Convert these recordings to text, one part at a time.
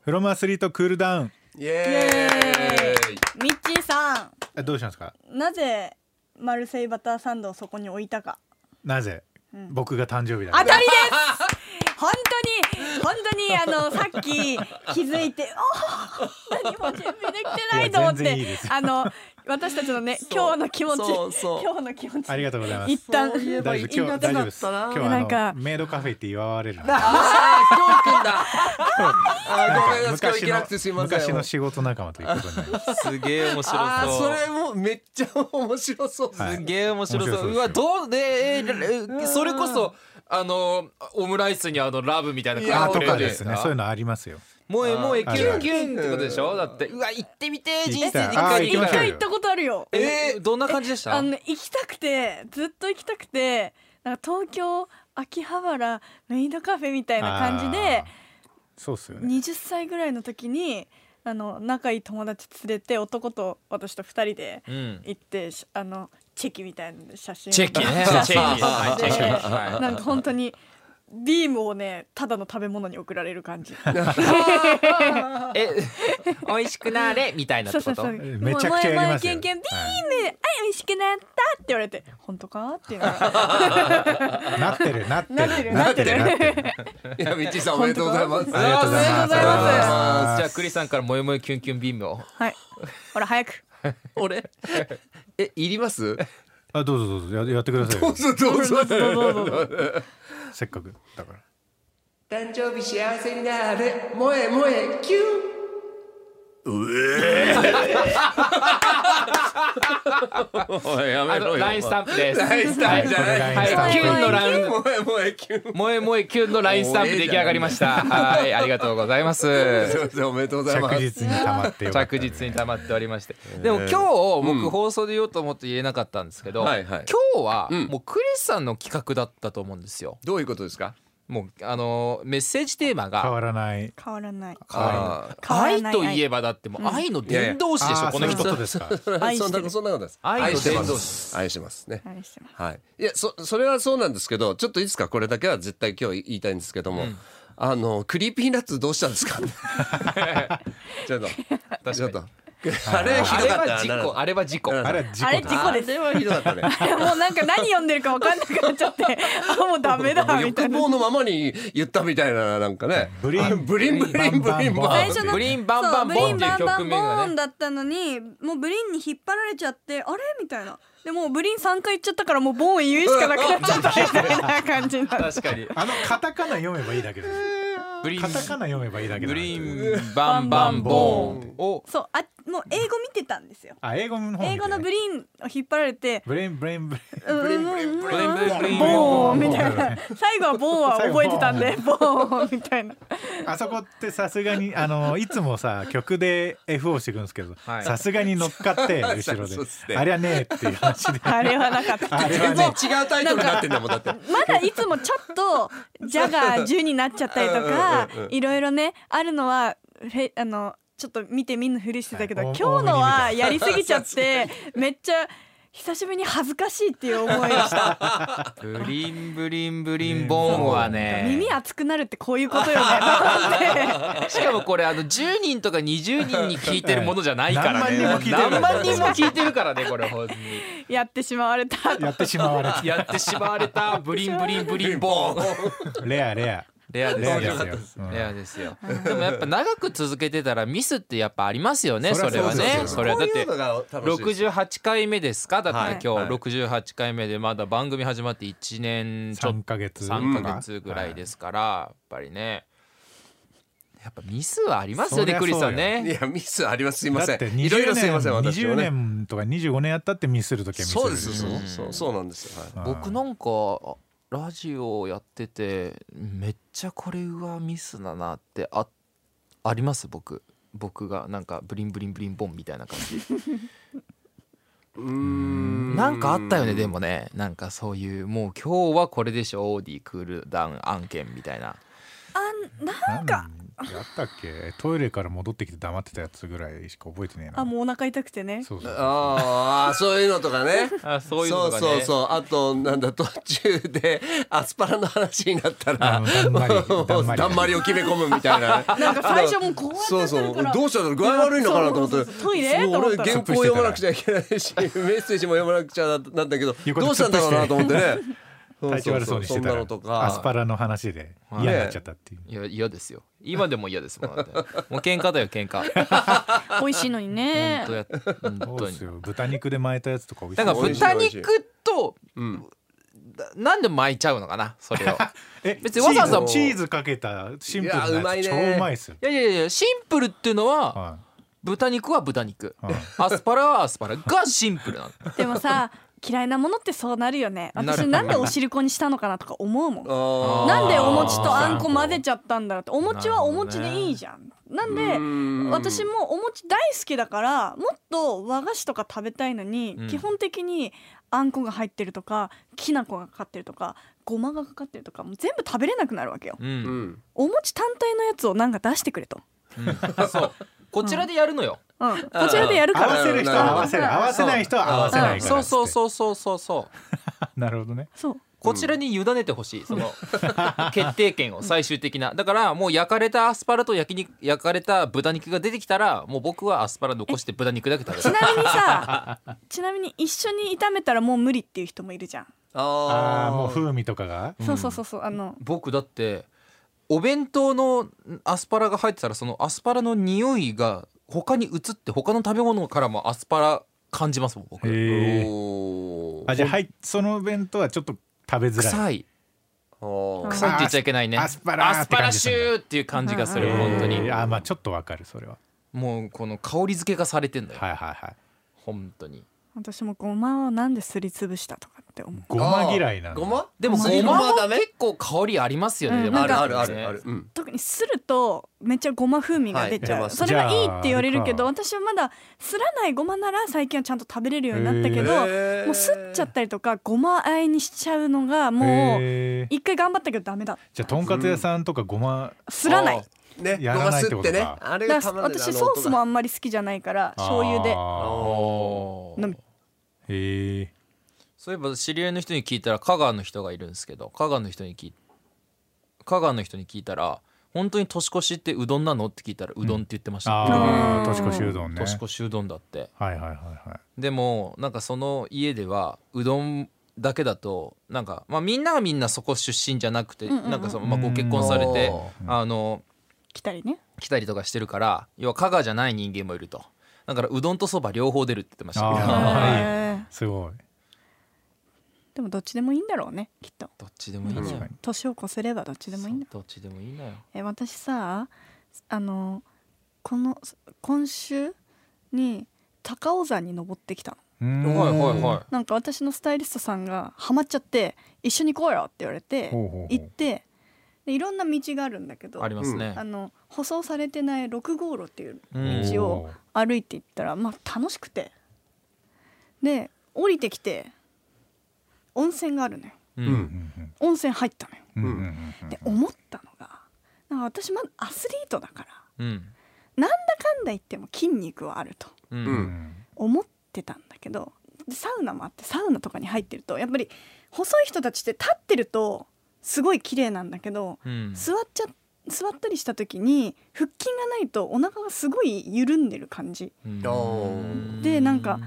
フロムアスリートクールダウンイイエエーイーイミッチーさえどうしたんですかんなぜマルセイバターサンドをそこに置いたかなぜ、僕が誕生日だ当たからりです本当に本当にあのさっき気づいておー何も準備できてないと思っいや全然ていいですあの私たちのねそう今日の気持ちそうそう今日の気持ちありがとうございます一旦そういえば大言丈夫今い日なく大丈な夫でっすたな今日はなんかあのメイドカフェって祝われるのであー今日くんだ あーごめんなさい今日昔行けなのくてすいません昔の仕事仲間ということになりますすげえ面白そう。あーそれもめっちゃ面白そうですね、はいすげえ面白そう。面白そううですよわどうで、えーえそれこそあのオムライスにあのラブみたいなああ感とじかですねそういうの。のありますよ萌え萌えキあーュンキュンってことでしょ。だってうわ行ってみてー人生で行きたい一行回きましょう一回よ行ったことあるよえーどんな感じでしたあ？のね行きたくてずっと行きたくてなんか東京秋葉原メイドカフェみたいな感じであーそうっすよね20歳ぐらいの時にあの仲いい友達連れて男と私と2人でうん。行って、しあのチェキみたいな写真チェキね写チ真ェをキ撮ってはいチェキなんか本当にビームをねただの食べ物に送られる感じえ美味しくなれみたいなっそてうそこうとそう。めちゃくちゃやりますよもう前々ケンケンビはいームはい美味しくなったって言われて本当かっていうのがなってるなってなってるるなってるなってるいや、みっちーさんおめでとうございます。ありがとうございますありがとうございますじゃあクリさんから萌え萌えキュンキュンビームを。はいほら早く俺、え、いり ますあどうぞどうぞややってくださいどようぞどうぞ。 せっかくだから誕生日幸せになる、萌え萌え、キュおいやめあのろよラインスタンプです。ン。ラインスタンプじゃない。はいはいキュンのライン萌え萌え、キュン。萌え萌えキュンのラインスタンプ出来上がりました。はい、ありがとうございます。すいませんおめでとうございます。着実に溜まってよかった 着ね実に溜まっておりまして、でも今日うん僕放送で言おうと思って言えなかったんですけど、はいはい今日はうんもうクリスさんの企画だったと思うんですよ。どういうことですかもうあのメッセージテーマ変がわらない変わらないあー変わら愛ないといえばだってもう愛の伝道師でしょ、あーこのそういうこ人と。ですか愛そしんてるなそんなことです。愛愛のして伝ま道師す。愛してますね。愛してますはい。いや、そ、それはそうなんですけど、ちょっといいですかこれだけは絶対今日言いたいんですけども。あの、クリーピーナッツどうしたんですかちょっと。ちょっと。あれひあどれかったは事故、あれは事故。あれは事あれ故事だ故ですあれはひどかったね。もうなんか何読んでるか分かんなくなっちゃってあもうダメだみた欲いな望のままに言ったみたいななんかねブリンあブリンブリンブリンバ最ン初のブリンバンバンボンっていうそうブリンバンバ曲ン名ボがーンね。だったのにもうブリンに引っ張られちゃってあれみたいなでもうブリン3回言っちゃったからもうボーン言うしかなくなっちゃったみたいな感じになって確かに。あのカタカナ読めばいいだけだよブリンカタカナ読めばいいだけだブリンバンバンボーンをそうあもう英語見てたんですよあ英語の方英語のブリンリンを引っ張られてブリンブリンブリンブリンブリンブリンブリンブリンボーンみたいな最後はボーンは覚えてたんでボーンみたいなあそこってさすがにあのいつもさ曲で F をしてくんですけどはいさすがに乗っかって後ろそうっすでねあれはねえっていう話であれはなかったあれは全ね然違うタイトルになってんだもんだってまだいつもちょっと「じゃ」が「じゅ」になっちゃったりとかいろいろねあるのはフェあのちょっと見てみんなふりしてたけど、はい今日の大は大やりすぎちゃってめっちゃ久しぶりに恥ずかしいっていう思いをしたブリンブリンブリンボーンはね。耳熱くなるってこういうことよねと思って しかもこれあの10人とか20人に聞いてるものじゃないからね何万人も聞いてる何万人も聞いてるからねこれ本当にやってしまわれたやってしまわれやってしまわれたブリンブリンブリンボー ンたレアレアレアレアでですすよようんレアですよでもやっぱ長く続けてたらミスってやっぱありますよねそりそゃれはそうですねよそれはだっこういてうのが楽しいです68回目ですかだはいっては今い日68回目でまだ番組始まって1年ちょっと3ヶ月3ヶ月ぐらいですからやっぱりねやっぱミスはありますよねそりゃクリスさんいねやミスありますすいうんまだせってんいろいろすいません20私年は20ね年とか25年やったってミスるときはミスるそうですそうそうそうなんですよはい僕なんかラジオやっててめっちゃこれはミスだなってああります僕僕がなんかブリンブリンブリンボンみたいな感じうーんなんかあったよねでもねなんかそういうもう今日はこれでしょオーディクールダウン案件みたいなあなんかやったっけトイレから戻ってきて黙ってたやつぐらいしか覚えてねえなあもうお腹痛くてねそうそうあーあーそういうのと かねあそういうのがねそうそうそうあとなんだ途中でアスパラの話になったらあのだん まりだんまりだんまりを決め込むみたいなねなんか最初もうこうやってそやうってるそからうどうしたの具合悪いのかなと思っそうてそうそうトイレそうと思っ俺た原ら稿読まなくちゃいけないし メッセージも読まなくちゃなんだけど横でどうしたんだろうなと思ってね体調悪そうにしてたんならのとかアスパラの話で嫌になっちゃったっていういや嫌ですよ今でも嫌ですもんだってもう喧嘩だよ喧嘩美味しいのにね本当やそ本う当でにすよ豚肉で巻いたやつとか美味しだいから美味しい豚肉とうんだなんで巻いちゃうのかなそれをえ別にわざわチーざズチーズかけたシンプルいやうなまやいつね超うまいっすよいやいやいやシンプルっていうのはは豚肉は豚肉いはいアスパラはアスパラがシンプルなのでもさ嫌いなものってそうなるよねなる私なんでお汁粉にしたのかなとか思うもんあなんでお餅とあんこ混ぜちゃったんだろうってお餅はお餅でいいじゃんなんでー私もお餅大好きだからもっと和菓子とか食べたいのに、うん基本的にあんこが入ってるとかきな粉がかかってるとかごまがかかってるとかもう全部食べれなくなるわけよう、うんんお餅単体のやつをなんか出してくれと、うん、そうこちらでやるのよ、うん、こちらでやるか合らわせる人は合わせるうん合わせない人は合わせないからっつってそうそうそうそうそうそうなるほどねそうこちらに委ねてほし いその決定権を最終的なだからもう焼かれたアスパラと焼き肉焼かれた豚肉が出てきたらもう僕はアスパラ残して豚肉だけ食べ ちるなみにさちなみに一緒に炒めたらもう無理っていう人もいるじゃん、あああーもう風味とかがそうそうそうそうあの僕だってお弁当のアスパラが入ってたらそのアスパラの匂いが他に移って他の食べ物からもアスパラ感じますもん僕へえおーあじゃあはいその弁当はちょっと食べづらい臭いあー臭いって言っちゃいけないねアスパラーアっスてパ感ラじシするんだューっていう感じがするえー本当にえーあーまあちょっとわかるそれはもうこの香り付けがされてんだよはいはいはい本当に私もごまをなんですりつぶしたとかって思うごま嫌いなのごまでもすごりごままはもダメ結構香りありますようんねでもあるなんあかるあるあるうん特にするとめっちゃごま風味が出ちゃう、はい出ますそれがいいって言われるけじどゃあ私はまだすらないごまなら最近はちゃんと食べれるようになったけど、へーもうすっちゃったりとかごまあえにしちゃうのがもうへえ一回頑張ったけどダメだじゃあとんかつ屋さんとかごますらないあーねやらないってごことますかってねあれだがからたまらない私ソースもあんまり好きじゃないから醤油であお飲むーへえそういえば知り合いの人に聞いたら香川の人がいるんですけど香川の人に聞い香川の人に聞いたら本当に年越しってうどんなのって聞いたらうどんって言ってました、あうあん年越しうどんね年越しうどんだってはいはいはいはいでもなんかその家ではうどんだけだとなんか、まあ、みんながみんなそこ出身じゃなくて、んうんうんなんかその、まあ、ご結婚されてうあの来たりね来たりとかしてるから要は香川じゃない人間もいるとだからうどんとそば両方出るって言ってましたあーへーすごいでもどっちでもいいんだろうねきっと どっちでもいいの確よかに年を越せればどっちでもいいんだそうどっちでもいいのよえ私さあのこの今週に高尾山に登ってきたのうーんはいはいはいなんか私のスタイリストさんがハマっちゃって一緒に行こうよって言われてほうほうほう行ってでいろんな道があるんだけどありますね、あの舗装されてない6号路っていううん道おをー歩いていったらまあ楽しくてで降りてきて温泉があるのようんうんうんうん温泉入ったのようんうんうんうんで思ったのがなんか私まだアスリートだからうんなんだかんだ言っても筋肉はあるとううんんん思ってたんだけどでサウナもあってサウナとかに入ってるとやっぱり細い人たちって立ってるとすごい綺麗なんだけどうん座っちゃ座ったりした時に腹筋がないとお腹がすごい緩んでる感じうんでなんか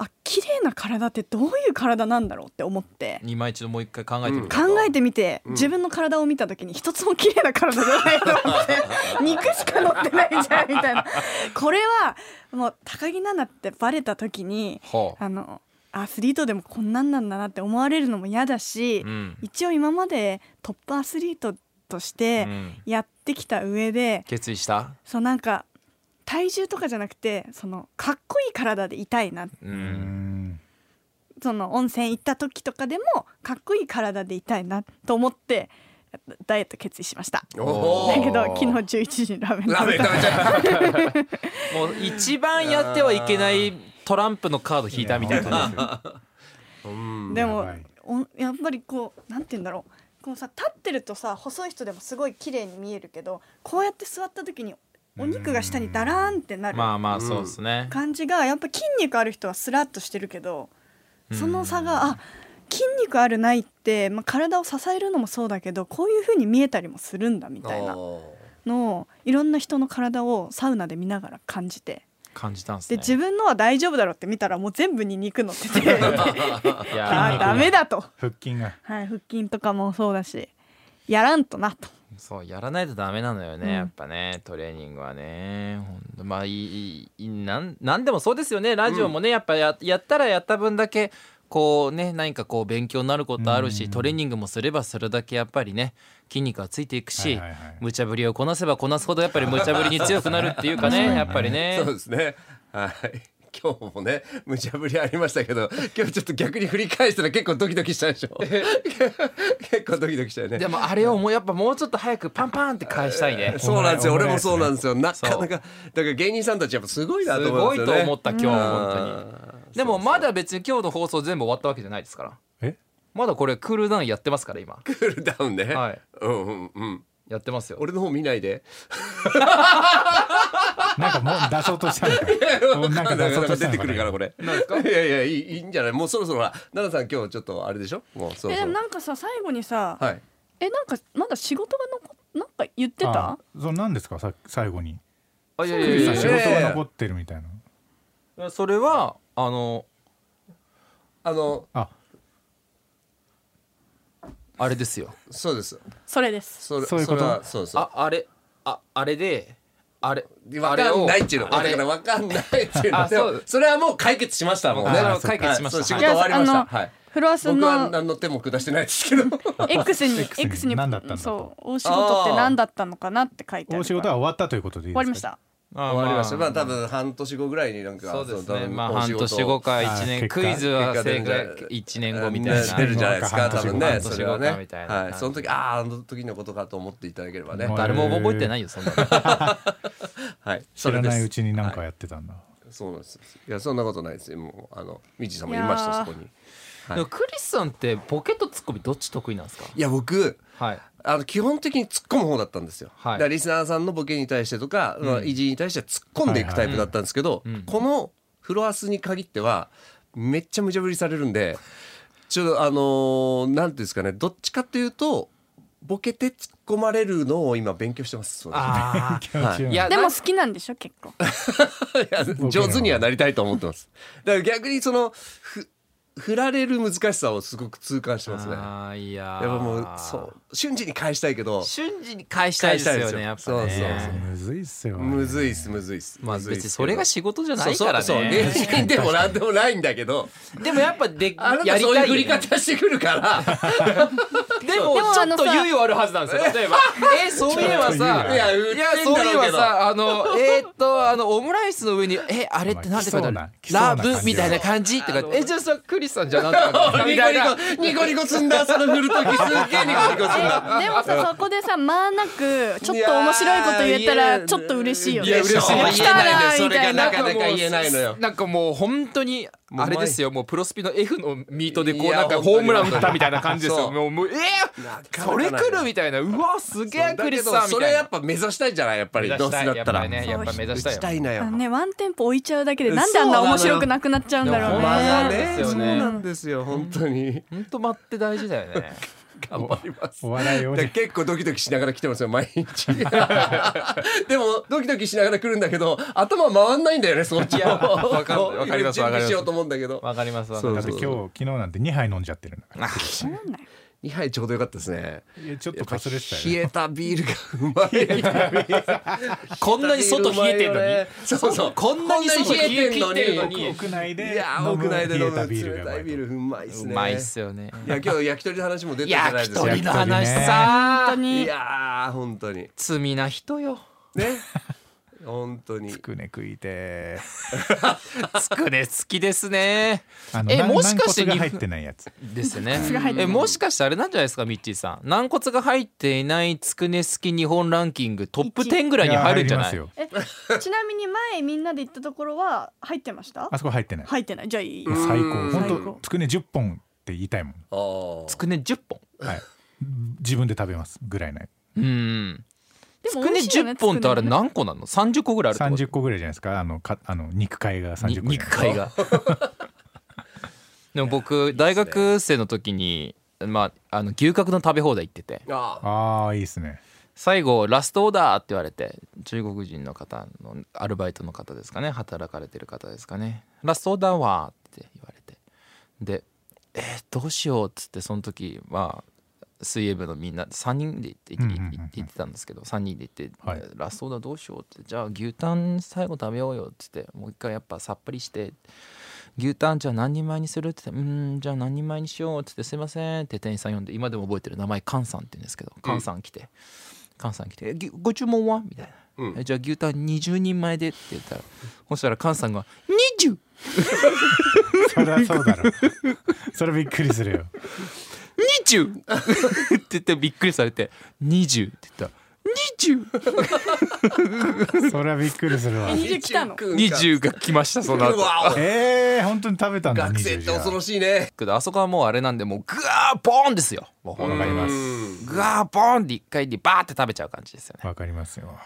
あ綺麗な体ってどういう体なんだろうって思って今一度もう一回考えてみる考えてみて自分の体を見た時に一つも綺麗な体じゃないと思って 肉しか乗ってないじゃんみたいなこれはもう高木菜那ってバレた時にはああのアスリートでもこんなんなんだなって思われるのも嫌だし、うん一応今までトップアスリートとしうてんやってきた上で、決意したそうなんか体重とかじゃなくてそのかっこいい体でいたいなううんんその温泉行った時とかでもかっこいい体でいたいなと思ってダイエット決意しました。おだ けーど昨日11時にラーメンラ食ーべメンた食べちゃったもう一番やってはいけないトランプのカー ド引いたみたいなや本当ですよでやもばいおやっぱりこうなんて言うんだろうこのさ立ってるとさ細い人でもすごい綺麗に見えるけどこうやって座った時にお肉が下にダラーンってなるまあまあそうですね、感じがやっぱ筋肉ある人はスラッとしてるけどその差があ筋肉あるないって、まあ、体を支えるのもそうだけどこういう風に見えたりもするんだみたいなのをいろんな人の体をサウナで見ながら感じて感じたんすでね自分のは大丈夫だろうって見たらもう全部に肉乗って ていやあーーダメだと、腹筋がはい、腹筋とかもそうだしやらんとなと。そうやらないとダメなのよね、うんやっぱねトレーニングはねほんとまあいいいいなんなんでもそうですよねラジオもね、やっぱややったらやった分だけこうね何かこう勉強になることあるし、うんトレーニングもすればそれだけやっぱりね筋肉はついていくはし、いはいはい無茶ぶりをこなせばこなすほどやっぱり無茶ぶりに強くなるっていう かねやっぱりねそうですね。はい。今日もね無茶ぶりありましたけど今日ちょっと逆に振り返したら結構ドキドキしたでしょ 結構ドキドキしたよね でもあれをもうやっぱもうちょっと早くパンパンって返したいね そうなんですよお前俺もそうなんですよなかそなうかだから芸人さんたちやっぱすごいなすと思ごいいますよねと思った今日本当に。にでもまだ別に今日の放送全部終わったわけじゃないですからえまだこれクールダウンやってますから今クールダウンね、はいうんうんうんやってますよ俺の方見ないでなんかもう出そうとしたのか なんか出なそかうとなかした出のてかくるからこれなんですかいやいやいいいいんじゃないもうそろそろほら奈々さん今日ちょっとあれでしょもうそろえでそもろなんかさ最後にさ、はいえなんかまだ仕事が残っなんか言ってあたそうなんですかさ最後にあいやクリいスやさん仕いえ事えが残ってるみたいなやそれはあのあのああれですよそうですそれですそれそういうことれはそうそうああれああれであれわかんないっていうのだあれからわかんないっていうあのでもそうそれはもう解決しましたもんねあそっ解決しまはいしそたう仕事は終わりましいたやあのはいフロアス僕はの何の手も下してないですけど X に X に X に何だったんだとそうお仕事って何だったのかなって書いてあるお仕事は終わったということでいい終でわすりかましたいあ終わりましたまああ多分半年後ぐらいになんかそうですの多ね分まあお仕半事年後か一はい年結果クイズは結果正出解るんじゃ一年後みたいねな出るじゃないですか半年後多分半ね年後それはねかみたいなはいその時あああの時のことかと思っていただければねもう誰も覚えてないよそんなのはいそ知れらですないうちになんかやってたんだそうなんですいやそんなことないですよもうあのみちさんもいましいやたーそこにでもクリスさんってポケットツッコミどっち得意なんですかいや僕はいあの基本的に突っ込む方だったんですよ、はいだからリスナーさんのボケに対してとか、まあ、いじりに対して突っ込んでいくタイプだったんですけど、このフロアスに限ってはめっちゃ無茶ぶりされるんでちょっとあのーなんていうんですかねどっちかというとボケて突っ込まれるのを今勉強してますあ気持ちいいあよいやでも好きなんでしょ結構 いや上手にはなりたいと思ってますだから逆にそのふ振られる難しさをすごく痛感してますねやっあーいやぱもうそう瞬時に返したいけど瞬時に返したいですよね返やっしたぱいねですよそうそうそうむずいっすよねむずいっすむずいっすまあむずいっ別にすそれが仕事じゃないからねそうそうそう芸人でもなんでもないんだけどでもやっぱであなやたりそういたういよ振ねり方してくるからでもでもちょあっのとさ猶予あるはずなんですよ 例えばえそういえばさいや売っていんやだろうけどそういえばさあ のえーっとあのオムライスの上にえあれってなんて書いておある前来そうなラ来そうな感じブみたいな感じって書いてあるえじゃあさクリスさんじゃなんて書いてあるニ みたいなコニコニコニコすんだその振る時すっげえニコニコすんだえでもさそこでさまあなくちょっと面白いこと言えたいやらちょっと嬉しいよねいや嬉しい来たな言えないのよそみれたがいななかなか言えないのよなんかもう本当にあれですよもうプロスピの F のミートでいこうやなんかホームラン打ったみたいな感じですそようもうもうえなー、かなかないそれ来るみたいなうわすげえクリスさんみたいなそれやっぱ目指したいじゃないやっぱりどうせだったらねやっぱ目打指したいちたよいなよあのねワンテンポ置いちゃうだけでなんであんな面白くなくなっちゃうんだろうそうなのよねでそもうそうななんですよ本当に本当待って大事だよね頑張りますお笑いをだから結構ドキドキしながら来てますよ毎日でもドキドキしながら来るんだけど頭回んないんだよねそっちはわかん わかりますわかり準備ますしようと思うんだけどわかりますわそうかりまだっすて今日昨日なんて2杯飲んじゃってるんだから2杯ちょうどよかったですねいやちょっとかすれてた冷よえたビールがうまいこんなに外冷えてんのにそうそうこんなに外冷えてんのにこんなに冷えてんのにね屋内いでやー飲む屋内で飲冷えむたビール冷がたういまいビールうまいっすうねまいっすよねいや今日焼き鳥の話も出てたじゃない焼できすか鳥焼き鳥のの話話ささ本当いにやー本当に罪な人よね本当につくね食い てつくね好きですねあのえなんもしかして軟日骨が入本ってないやつですね骨が入ってえもしかしてあれなんじゃないですかミッチーさん軟骨が入っていないつくね好き日本ランキングトップ一10ぐらいに入るんじゃやな入いりますよ ちなみに前みんなで行ったところは入ってましたあそこ入ってない入ってないじゃあいいいや最う高ん本最当高つくね10本って言いたいもんあーつくね10本はい自分で食べますぐらいないうんでつもく美ね味しいよね10本ってあれ何個なの30個ぐらいあるってこと30個ぐらいじゃないですかあのかあの肉塊が30個にじゃない肉塊がでも僕大学生の時に、まあ、あの牛角の食べ放題行っててあああいいですね最後ラストオーダーって言われて中国人の方のアルバイトの方ですかね働かれてる方ですかねラストオーダーはって言われてでえーどうしようっつってその時まあ水泳部のみんな3人で行ってうんうんうんうん行って行ってたんですけど3人で行って、はいラストオーダーどうしようってじゃあ牛タン最後食べようよっつってもう一回やっぱさっぱりして牛タンじゃあ何人前にするって言って「うーんじゃあ何人前にしよう」っつって「すいません」って店員さん呼んで今でも覚えてる名前カンさんって言うんですけどカンさん来てカンさん来てえ「ぎご注文は?」みたいな、えじゃあ牛タン20人前で」って言ったらそしたらカンさんが「20!」それはそうだろうそれびっくりするよ 20! って言ってびっくりされて20って言ったらそれはびっくりするわえ20来たの 20!20 が来ましたその後うわおえー、本当に食べたんだ学生っ20てじゃ恐ろしいねけどあそこはもうあれなんでもうグワーボーンですよもうほんとわかりますグワーボーンって一回でバーって食べちゃう感じですよねわかりますよ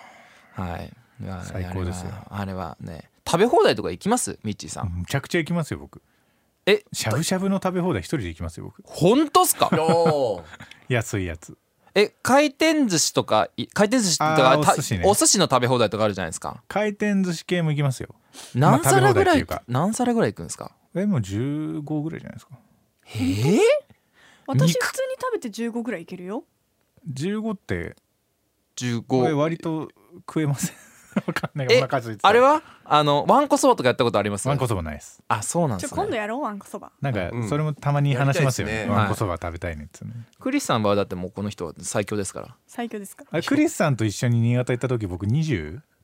はいいや最高ですよあれはあれはね食べ放題とか行きますミッチーさん、むちゃくちゃ行きますよ僕えしゃぶしゃぶの食べ放題一人で行きますよ僕本当っすかおー安いやつえ回転寿司とかい回転寿司とかあーたお寿司ねお寿司の食べ放題とかあるじゃないですか回転寿司系も行きますよまあ何皿ぐら食べ放題っい,、ていうか何皿ぐらい行くんですかえもう15ぐらいじゃないですかえー、私肉普通に食べて15ぐらいいけるよ15ってこれ15割と食えません わかんないえお腹空いてたあれはあのわんこそばとかやったことありますわんこそばないですあそうなんちでょすね今度やろうわんこそばなんかうんそれもたまに話しますよねやりたいですねわんこそば食べたいねっつうねクリスさんはだってもうこの人は最強ですから最強ですかあれクリスさんと一緒に新潟行った時僕 20?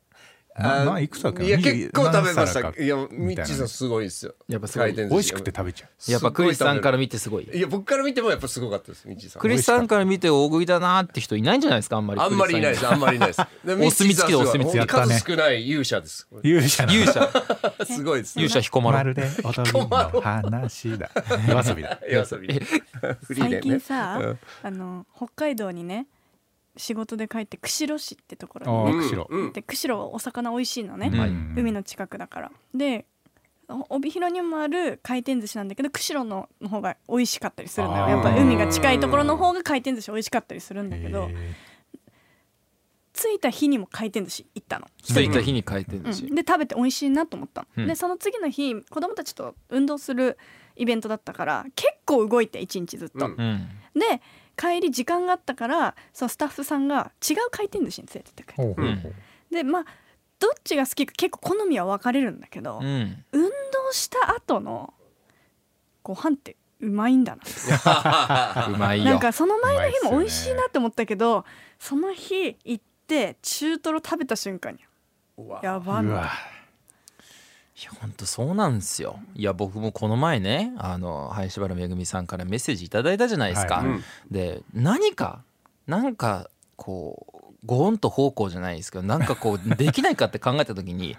なないくつだっけいや20結構食べま何した皿かいやミみたッいチなーさんすごいですよやっぱすごい回転寿司美味しくて食べちゃうやっぱクリスさんからす見てすごいごい食べるいや僕から見てもやっぱすごかったですミッチーさんクリスさんから見て大食いだなって人いないんじゃないですかあんまりあんまりいないですあんまりいないです お墨付きでお墨付きやったね数少ない勇者です こ勇者な勇者れすごいです勇者彦摩ま呂るで踊りの話だ夜遊びだ夜遊びでフリー最でね近さ、うんあの北海道にね仕事で帰って釧路市ってところにあねー釧路うんうんで釧路はお魚美味しいのね、うん海のの近くだからでお帯広にもある回転寿司なんだけど釧路のの方が美味しかったりするんだよあーやっぱ海が近いところの方が回転寿司美味しかったりするんだけど、着いた日にも回転寿司行ったの、着いた日に回転うん寿司で食べて美味しいなと思ったの、うんでその次の日子供たちと運動するイベントだったから結構動いて一日ずっと、うんうんで帰り時間があったからそのスタッフさんが違う回転寿司に連れてってくれたほうほうほうでまあどっちが好きか結構好みは分かれるんだけど、うん運動した後のご飯ってうまいんだなうまいなよんかその前の日うもま美いっ味すしよいねなって思ったけどその日行って中トロ食べた瞬間にやばうなわいや本当そうなんですよいや僕もこの前ねあの林原めぐみさんからメッセージいただいたじゃないですか、はいうんで何かなんかこうごんと方向じゃないですけどなんかこう できないかって考えた時に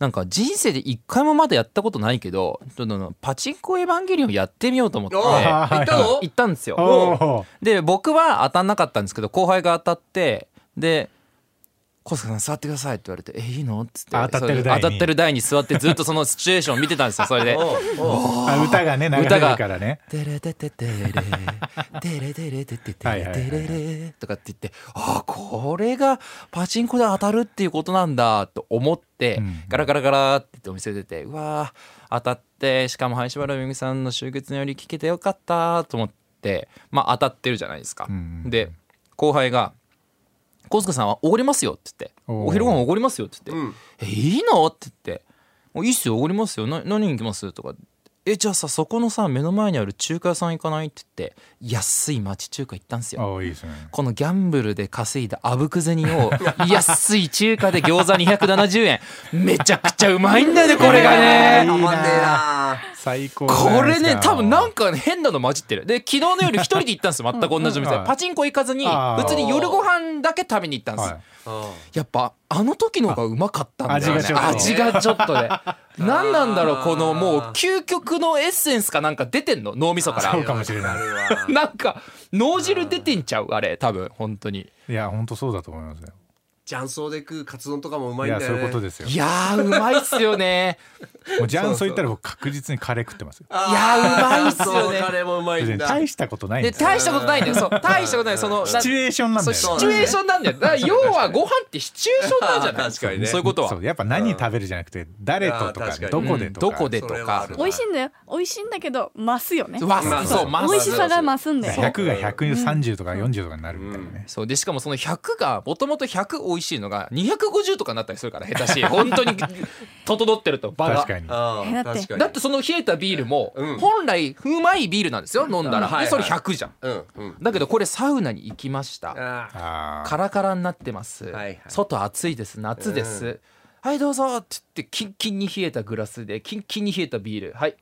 なんか人生で一回もまだやったことないけどちょっとパチンコエヴァンゲリオンやってみようと思っておーあー行ったの行ったんですよ。おーで僕は当たんなかったんですけど後輩が当たってで「小坂さん座ってください」って言われて「えいいの?」っつってあ当たってる台にそれで当たってる台に座ってずっとそのシチュエーションを見てたんですよそ れで。あ歌がね流れる歌がからねテレテテテレテレテレテテテはいレはいはいテはいレレとかって言ってああこれがパチンコで当たるっていうことなんだと思って、うんガラガラガラって言ってお店出てうわー当たってしかも林原めぐみさんの集結により聞けてよかったと思ってまあ当たってるじゃないですか。うんで後輩が「小塚さんはおごりますよ」って言って「おーお昼ご飯おごりますよ」って言って「うんえいいの?」って言って「もういいっすよおごりますよな何に行きます?」とか「えじゃあさそこのさ目の前にある中華屋さん行かない?」って言って安い町中華行ったんですよ。ああいいですねこのギャンブルで稼いだあぶく銭 を安い中華で餃子270円めちゃくちゃうまいんだよねこれがね。たまんねえな最高じゃなこいでれすかね多分なんかね変なの混じってるで昨日の夜一人で行ったんですよ全く同じ お店うんパチンコ行かずにあー普通に夜ご飯だけ食べに行ったんですはやっぱあの時の方がうまかったんだよねあ味がちょっと味がちょっとで 何なんだろうこのもう究極のエッセンスかなんか出てんの脳みそかそうらかもしれないなんか脳汁出てんちゃうあれ多分本当にいや本当そうだと思いますよ雀荘で食うカツ丼とかもうまいいんやだそよういうことねですよいやーうまいっすよね もうジャンソ行ったら僕確実にカレー食ってますよいやーうまいっすよそうねカレーもうまいんだ大したことないんでですよ大したことないんだよそう大したことないそ のシチュエーションなんだそうよシチュエーションなんだよだから要はご飯ってシチュエーションなんじゃない確かにねそういうことはそうやっぱ何食べるじゃなくて誰ととあーか確かにどこでとかうんどこでとそれはあかる美味しいんだよ美味しいんだけど増すよねわまあそうそうまあ美味しさが増すんだよ100が130とか40とかになるみたいなねそうでしかもその100がもともと100美味しいのが250とかになったりするから下手 し本当に整ってると場が確かにあーえだって確かにだってその冷えたビールもうん本来うまいビールなんですよ飲んだうんはらいでそれ100じゃんうんうんだけどこれサウナに行きましたあーあカラカラになってます、いはい外暑いです夏です、はいどうぞって言ってキンキンに冷えたグラスでキンキンに冷えたビールはい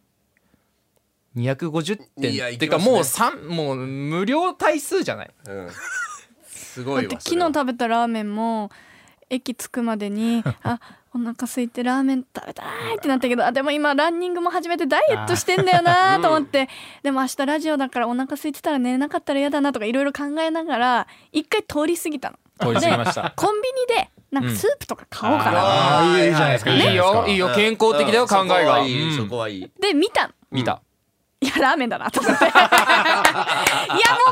250点いやいってきかますねもう三もう無料対数じゃないうんすだごっいてわ昨日食べたラーメンも駅着くまで にあお腹空いてラーメン食べたいってなったけどあでも今ランニングも始めてダイエットしてんだよ なと思って、でも明日ラジオだからお腹空いてたら寝れなかったら嫌だなとかいろいろ考えながら一回通り過ぎたの通り過ぎましたでコンビニでなんかスープとか買おうかな、ああーーいいじゃないですかいいよいいよよ健康的だよ、考えが、うんそこはいいで見たの見た、いやラーメンだなと 思っていやも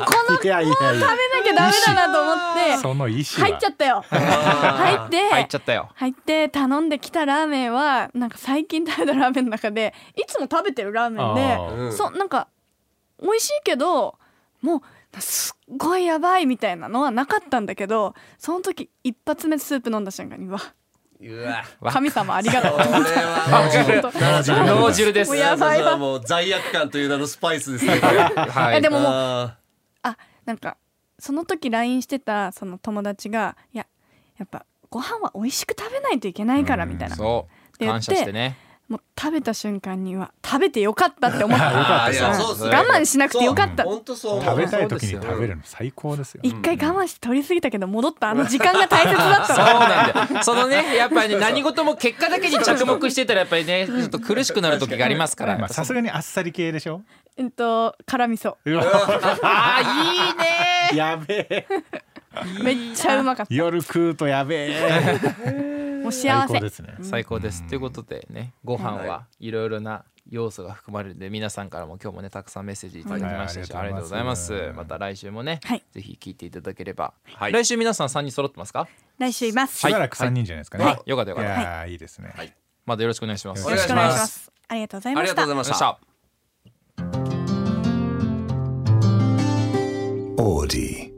うこのい食べやないやいやきゃダメだなと思ってその意思入っはちゃった よ入って入っちゃったよ入って頼んできたラーメンはなんか最近食べたラーメンの中でいつも食べてるラーメンあでーそうなんか美味しいけどもうすっごいやばいみたいなのはなかったんだけどその時一発目スープ飲んだ瞬間にうわうわわ神様ありがとうこれ はもう脳汁脳汁ですもうやばいわそれはもう罪悪感という名のスパイスですねこれはいえでももうああなんかその時 LINE してたその友達がいややっぱご飯は美味しく食べないといけないからみたいなそうで感謝してねもう食べた瞬間には食べてよかったって思ったーあーいやうんそうっすね我慢しなくてよかったそう本当そう思う食べたい時に食べるの最高ですよ一回我慢して通り過ぎたけど戻ったあの時間が大切だっそうたのなんだよそのねやっぱり、ね、何事も結果だけに着目してたらやっぱりねちょっと苦しくなる時がありますかまらあさすがにあっさり系でしょえっと辛味噌うわあーいいねやべえ めっちゃうまかっ夜食うとやべえたもう幸最せ高ですね最高ですということでねご飯はいろいろな要素が含まれるんで皆さんからも今日もねたくさんメッセージいただきましたし、はいありがとうございますありがとうございますまた来週もね、はいぜひ聞いていただければ、はい来週皆さん3人揃ってますか、来週いますしばらく三人じゃないですかね、はいよかったよかったいやーいいですね、またよろしくお願いしますよよろろししくくおお願願いいししまますありがとうございあまりしがとうたございまししたたオーディ